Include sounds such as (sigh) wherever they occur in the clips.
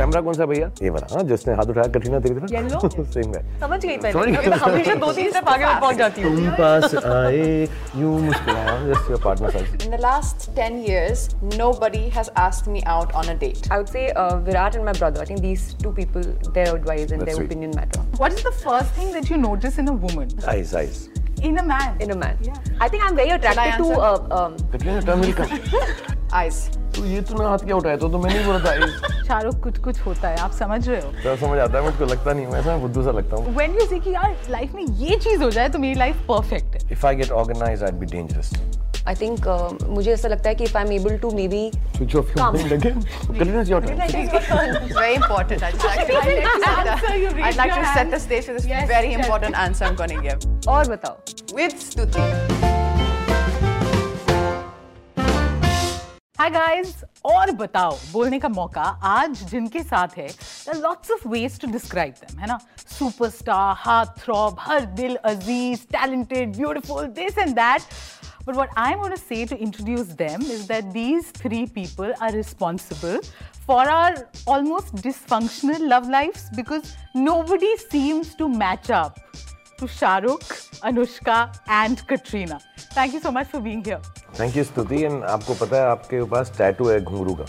Camera कौन सा भैया ये वाला हाँ जिसने हाथ उठाया कटरीना तेरी तरफ (laughs) येलो? सेम है समझ गई समझ पहले गई। अभी मैं हमेशा दो तीन स्टेप आगे मैं पहुंच जाती हूँ तुम पास आए यूं मुस्कुराया just your partner size In the last 10 years, nobody has asked me out on a date. I would say uh, Virat and my brother. I think these two people, their advice and their sweet. opinion matter. What is the first thing that you notice in a woman? Eyes eyes In a man? In a man. I think I'm very I attracted to. answer? Uh, um, Katrina turn मेरी कट Eyes. तो ये तूने हाथ क्या उठाया तो तो मैंने ही बोला था आइज शाहरुख कुछ कुछ होता है आप समझ रहे हो तो समझ आता है मुझको लगता नहीं हूँ ऐसा मैं बुद्धू सा लगता हूँ When you see कि यार लाइफ में ये चीज हो जाए तो मेरी लाइफ परफेक्ट है if I get organise I be dangerous I think uh, मुझे ऐसा लगता है कि if I'm able to maybe switch off your mind again Katrina your turn (laughs) It's very important. I'd like to, I'd like to set the- Answer, you raise I'd like your to set hand. the stage for this Yes, very yes. important answer I'm going to give. और बताओ With Stuti. Hi guys और बताओ बोलने का मौका आज जिनके साथ है lots of ways to describe them है ना सुपरस्टार हार्ट थ्रॉब हर दिल अजीज talented beautiful this and that But what I'm going to say to introduce them is that these three people are responsible for our almost dysfunctional love lives because nobody seems to match up to Shahrukh, Anushka, and Katrina. Thank you so much for being here. Thank you Stuti and आपको पता है आपके पास tattoo है घुंगरू का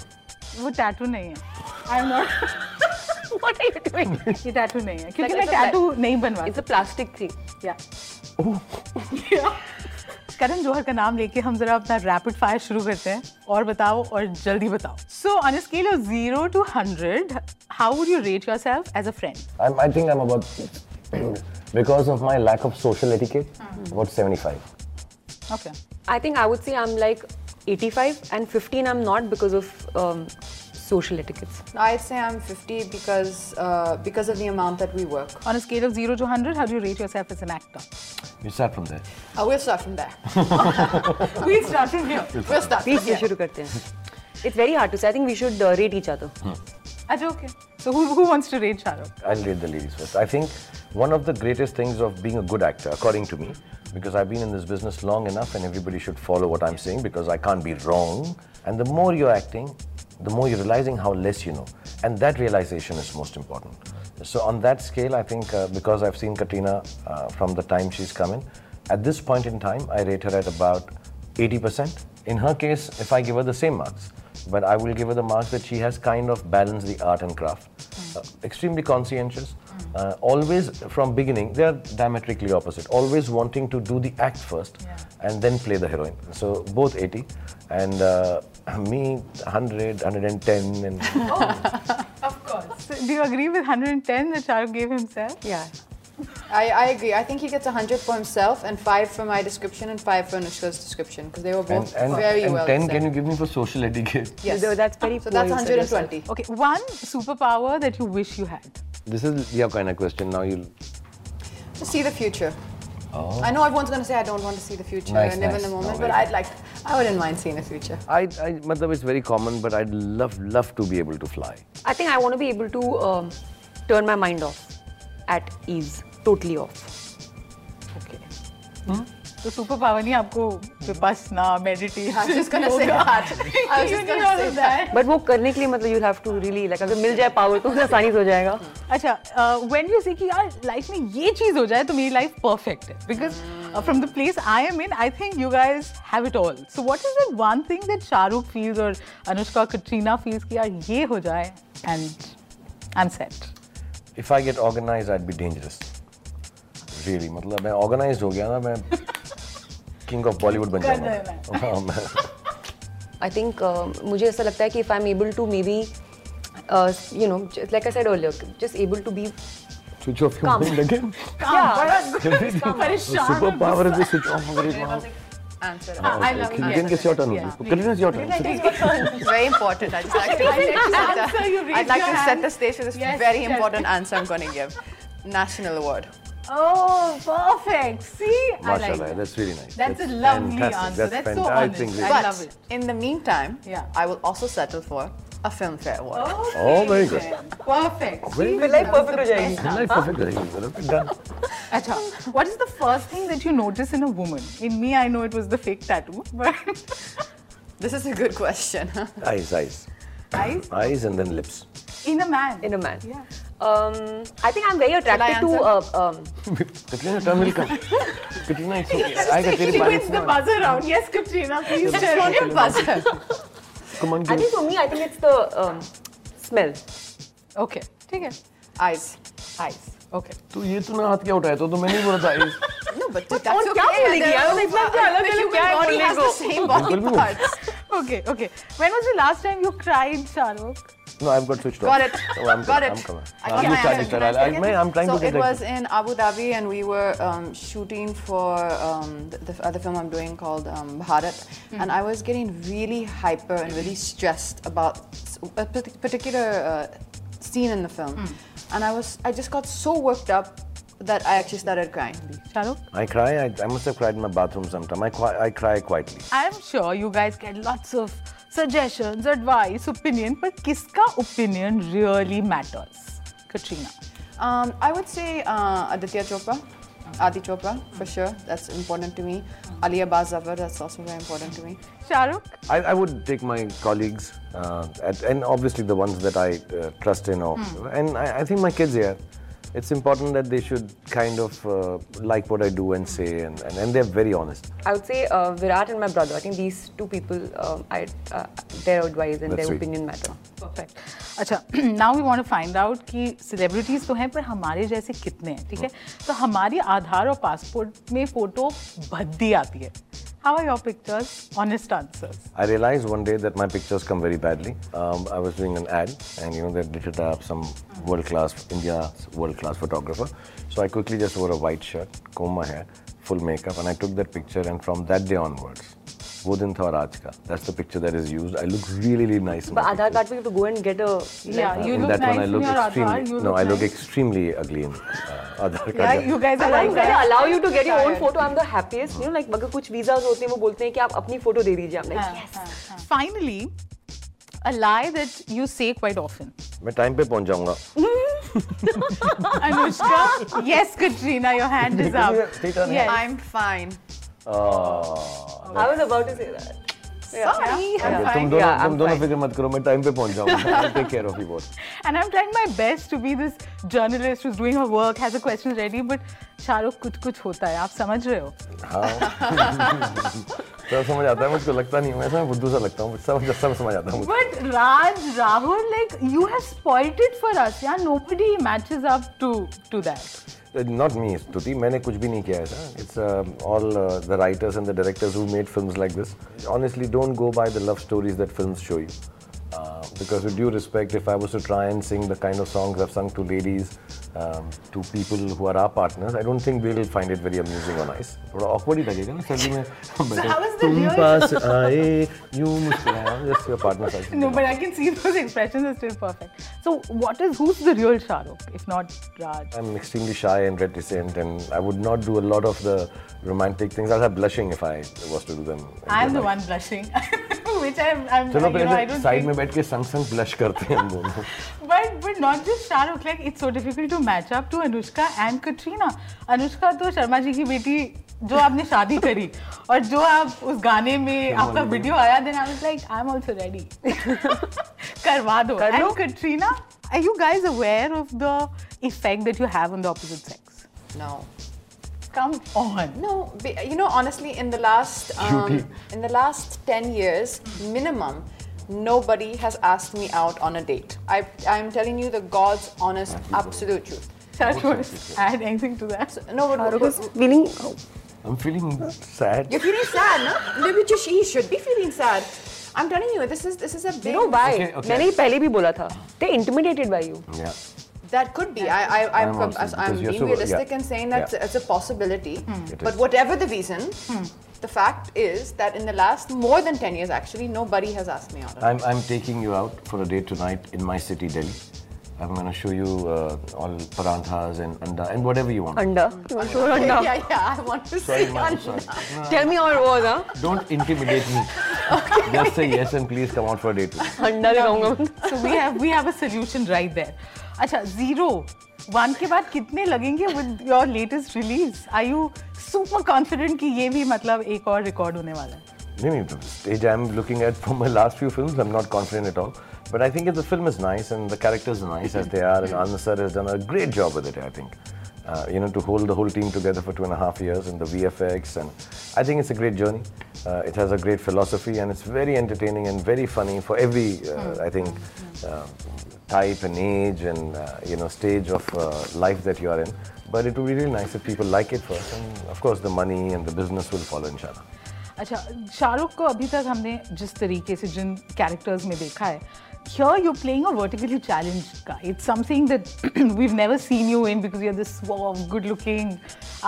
वो tattoo नहीं है I am not (laughs) what are you doing ये टैटू नहीं है क्योंकि मैं Like, like, टैटू नहीं बनवा it's a Oh. plastic thing. सकती या (laughs) करण जौहर का नाम लेके हम जरा अपना रैपिड फायर शुरू करते हैं और बताओ और जल्दी बताओ so on scale of 0 to 100 how would you rate yourself as a friend I'm, I think I'm about, (clears throat) because of my lack of social etiquette, हाँ। about 75. Okay I think I would say I'm like 85 and 15 I'm not because of um, social etiquettes. No, I'd say I'm 50 because uh, because of the amount that we work. On scale of 0 to 100 how do you rate yourself as an actor You start from there. Uh, we'll start from there. Please start from here We'll start from बीच से there. शुरू करते हैं. (laughs) It's very hard to say. I think we should uh, rate each other. अच्छा okay so who who wants to rate Shahrukh I'll read the ladies first. I think one of the greatest things of being a good actor, according to me, because I've been in this business long enough and everybody should follow what I'm saying because I can't be wrong. And the more you're acting, the more you're realizing how less you know. And that realization is most important. So, on that scale, I think uh, because I've seen Katrina uh, from the time she's come in, at this point in time, I rate her at about 80%. In her case, if I give her the same marks, but I will give her the marks that she has kind of balanced the art and craft. Mm. Uh, extremely conscientious, uh, always from beginning, they are diametrically opposite, always wanting to do the act first and then play the heroine. So both 80 and uh, (clears throat) me 100, 110 (laughs) and of course do you agree with 110 that Shahrukh give himself Yeah. I, I agree. I think he gets 100 for himself and 5 for my description and 5 for Anushka's description because they were and, both and, very and well. 10 said. can you give me for social etiquette? yes. So that's very So that's poor, you said 120. Okay, one superpower that you wish you had. This is your kind of question. Now you'll To see the future. I know everyone's going to say I don't want to see the future, Oh. Nice, I live nice. in the moment, No, but very I'd like, I wouldn't mind seeing the future. I, I, matlab, it's very common, but I'd love, love to be able to fly. I think I want to be able to um, turn my mind off at ease, totally off. तो superpower नहीं आपको Vipassana, meditation. I was just going to (laughs) say that. I was You need just going to all say of that. that. But वो करने के लिए मतलब you'll have to really like अगर मिल जाए power तो आसानी से हो जाएगा. अच्छा, uh, when you say कि यार life में ये चीज हो जाए तो मेरी life perfect है, because uh, from the place I am in, I think you guys have it all. So what is that one thing that Shahrukh feels or Anushka Katrina feels कि यार ये हो जाए and I'm set. if I get organized, I'd be dangerous. Really, मतलब मैं organized हो गया ना मैं king of Bollywood बन कर जाऊंगा (laughs) हाँ, मैं- I think uh, मुझे ऐसा लगता है कि if I'm able to maybe uh, you know, j- like I said earlier, just able to be Switch off your Come. mind (laughs) again. yeah, The superpower is the switch off of your mind. Answer. Oh, Ah, okay, okay. Then it's your turn. only. Katrina, it's your turn. It's (laughs) very important. I just (laughs) like to, I'd like to set the- Answer, you raise I'd like your to set hand. the stage for this Yes, very yes. important answer I'm going to give. National award. Oh, perfect. See, I like Mashallah, that. that's really nice. That's a lovely fantastic. answer. That's, That's so honest. fantastic. English. but love it. in the meantime, Yeah. I will also settle for a Filmfare award. Oh, very good. Perfect. Very See, good. that was the best Isn't that perfect? Very good. Well, okay, Done. Acha, what is the first thing that you notice in a woman? In me, I know it was the fake tattoo, (laughs) but This is a good question. (laughs) Eyes, eyes. Eyes? Eyes and then lips. in a man. in a man. Yeah. Um, I think I'm very attracted to. Uh, um, Katrina, turn will come. Katrina, (laughs) it's okay. I got She wins very biased the now. buzzer round. Yes, Katrina, please It's tell not me. your buzzer. Come on, I give think for me, I think it's the um, smell. Okay, ठीक है. Eyes. Eyes. Okay. तो ये तूने हाथ क्या उठाया था तो मैंने ही बोला था eyes. No, but that's और okay. क्या बोलेगी There यार? are- मतलब क्या अलग-अलग The human क्या है body has the बोलेगो? same body बिल्कुल भी नहीं। parts. Okay, okay. When was the last time you cried, Shahrukh? No, I've got switched off. Got it. Oh, I'm covered. Got it. I'm covered. I Uh, got you my start answer. it, Can Sarah. I I- take I'm trying so to get it that. was in Abu Dhabi, and we were um, shooting for um, the, the other film I'm doing called um, Bharat, and I was getting really hyper and really stressed about s- a partic- particular uh, scene in the film, and I was I just got so worked up that I actually started crying. Shahrukh? I cry. I, I must have cried in my bathroom sometime. I, qui- I cry quietly. I'm sure you guys get lots of suggestions, advice, opinion, but किसका opinion really matters? Katrina. Um, I would say uh, Aditya Chopra. Adi Chopra, for sure, that's important to me. Ali Abbas Zafar, that's also very important to me. Shahrukh? I, I would take my colleagues, uh, at, and obviously the ones that I uh, trust in, or, Hmm. and I, I think my kids here. It's important that they should kind of uh, like what I do and say, and, and, and they're very honest. I would say uh, Virat and my brother. I think these two people, um, I, uh, their advice and That's their sweet. opinion matter. Perfect अच्छा (clears throat) now we want to find out कि celebrities तो हैं पर हमारे जैसे कितने हैं ठीक है तो हमारी आधार और पासपोर्ट में फोटो भद्दी आती है how are your pictures honest answers I realized one day that my pictures come very badly. Um, I was doing an ad, and you know they did it up some world-class India's world-class photographer. So I quickly just wore a white shirt, combed my hair, full makeup, and I took that picture. And from that day onwards, वो दिन था और आज का. That's the picture that is used. I look really, really nice. in But that picture. Aadhaar card, we have to go and get a. Yeah, like, you In look that nice one, I in look your Aadhaar, extremely. you no, look I look nice. extremely ugly in uh, Aadhaar card. Yeah, you guys are I'm like gonna that. allow you to get your own photo. I'm the happiest. You know, like अगर कुछ visas होते हैं वो बोलते हैं कि आप अपनी फोटो दे दीजिए. I'm like, हाँ, हाँ, हाँ. Finally, a lie that you say quite often. मैं time पे पहुंच जाऊंगा. (laughs) Anushka, yes, Katrina, your hand is up. Take turn. Yes. I'm fine. Oh. I was about to say that. Sorry. तुम fine. दोनों Yeah, तुम I'm दोनों fine. फिक्र मत करो मैं time पे पहुंच जाऊंगा. I'll take care of you both. And I'm trying my best to be this journalist who's doing her work, has a question ready, but Shahrukh कुछ कुछ होता है आप समझ रहे हो (laughs) थोड़ा हाँ। तो समझ आता है मुझको लगता नहीं मैं ऐसा बुद्धू सा लगता हूँ समझ सब समझ आता हूँ But Raj, Rahul, like you have spoiled it for us. Yeah, nobody matches up to to that. Not me Stuti मैंने कुछ भी नहीं किया ऐसा uh, it's all the writers and the directors who made films like this honestly don't go by the love stories that films show you Uh, because with due respect if i was to try and sing the kind of songs i've sung to ladies um, to people who are our partners i don't think they'll find it very amusing or nice थोड़ा awkward ही लगेगा ना सर्दी में was the तुम real- पास आए यूं मुस्कुराओ just your partner side No, but I can see (laughs) those expressions are still perfect. So what is who's the real Shahrukh if not Raj? I'm extremely shy and reticent, and I would not do a lot of the romantic things. I'll have blushing if I was to do them. I'm the one blushing, (laughs) which I'm. I'm चलो you know, I पहले don't side think- में बैठ के संग संग blush करते हैं हम दोनों But but not just Shahrukh. Like it's so difficult to match up to Anushka and Katrina. Anushka तो शर्मा जी की बेटी जो आपने शादी करी और जो आप उस गाने में आपका वीडियो आया then I was like I am also ready (laughs) करवा दो कर लो। And Katrina are you guys aware of the effect that you have on the opposite sex No. come on No, be- you know, honestly, in the (laughs) last um, in the last ten years minimum, nobody has asked me out on a date. I I'm telling you the God's honest, absolute truth. Shahrukh wants to add anything to that No, but, but, Feeling I'm feeling sad you're feeling sad, no? Maybe you sh- he should be feeling sad. I'm telling you, this is this is a big. You know why? मैंने ये पहले भी बोला था. They intimidated by you. (laughs) Yeah. That could be. I, I, I'm, I'm com- also- because I'm you're being so- realistic yeah. and saying that Yeah. it's a possibility. Hmm. It But is. whatever the reason, the fact is that in the last more than 10 years, actually, nobody has asked me out. on I'm, I'm taking you out for a day tonight in my city, Delhi. I'm going to show you uh, all paranthas and anda and whatever you want. Anda. You want to show Okay, anda? yeah, yeah, I want to Sorry, see. ma'am, Anna. sorry. (laughs) No, Tell me how it was, huh? Don't intimidate me. Just say yes and please come out for a day too. अंडा दिखाऊंगा मैं. (laughs) So we have we have a solution right there अच्छा zero one के बाद कितने लगेंगे with your latest release I you super confident कि ये भी मतलब एक और रिकॉर्ड होने वाला है No, no, the stage I'm looking at for my last few films, I'm not confident at all. But I think if the film is nice and the characters are nice as they are, and Anand sir has done a great job with it, I think. Uh, you know, to hold the whole team together for two and a half years and the VFX, and I think it's a great journey. Uh, it has a great philosophy and it's very entertaining and very funny for every, uh, I think, uh, type and age and uh, you know stage of uh, life that you are in. But it would be really nice if people like it first, and of course the money and the business will follow, inshallah. अच्छा शाहरुख को अभी तक हमने जिस तरीके से जिन characters में देखा है Here you're playing a vertically challenged guy. It's something that (clears throat) we've never seen you in because you're this suave, good-looking.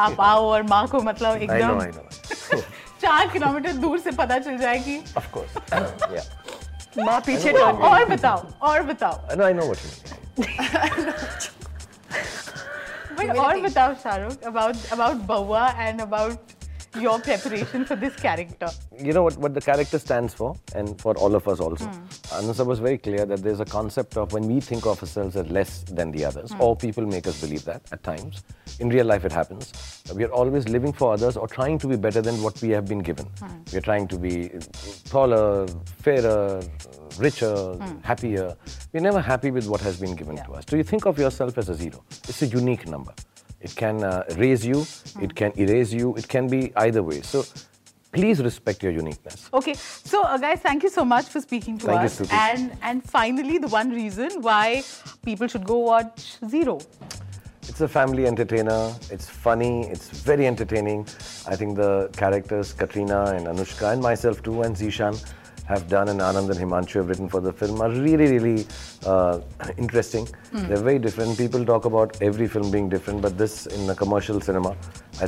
आप आओ और माँ को मतलब I know, I एकदम know. (laughs) (laughs) चार किलोमीटर दूर से पता चल जाए कि Of course. yeah. माँ पीछे टर्न और बताओ और बताओ I know, I know what you mean. But all without Shahrukh, about about Bawa and about your preparation for this character. You know what, what the character stands for, and for all of us also. Anusa was very clear that there's a concept of when we think of ourselves as less than the others, or people make us believe that at times. In real life, it happens. We are always living for others or trying to be better than what we have been given. We are trying to be taller, fairer, richer, happier. We're never happy with what has been given to us. So you think of yourself as a zero. It's a unique number. It can uh, raise you, it can erase you, it can be either way. So please respect your uniqueness. Okay, so uh, guys, thank you so much for speaking to Thank you, us. Shruti. and and finally, the one reason why people should go watch Zero. It's a family entertainer. It's funny. It's very entertaining. I think the characters Katrina and Anushka and myself too and Zishan have done and Anand and Himanshu have written for the film are really really uh, (clears throat) interesting. They're very different. People talk about every film being different, but this in a commercial cinema,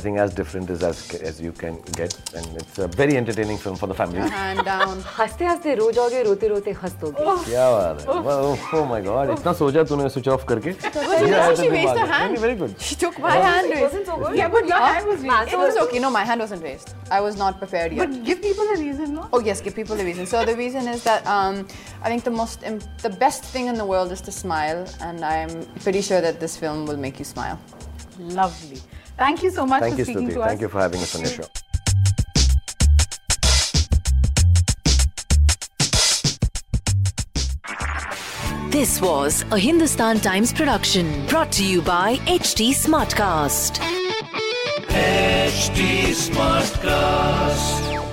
I think as different is as as you can get, and it's a very entertaining film for the family. Hand down. हंसते हंसते रो जाओगे रोते रोते हंस दोगे क्या बात है वाह, oh my god इतना सोचा तूने switch off करके ये आया she तो raised दिमाग her में। hand. Very, very good She took my hand. It wasn't so good. Yeah, but your Yeah. hand was raised. It was okay. No, my hand wasn't raised. I was not prepared yet. But give people a reason, no? Oh yes, give people the reason. So the reason is that um, I think the most, im- the best thing in the world is to smile, and I'm pretty sure that this film will make you smile. Lovely. Thank you so much thank for you speaking Stuti to us. thank you for having us on your show This was a Hindustan Times production brought to you by HD Smartcast. HD Smartcast.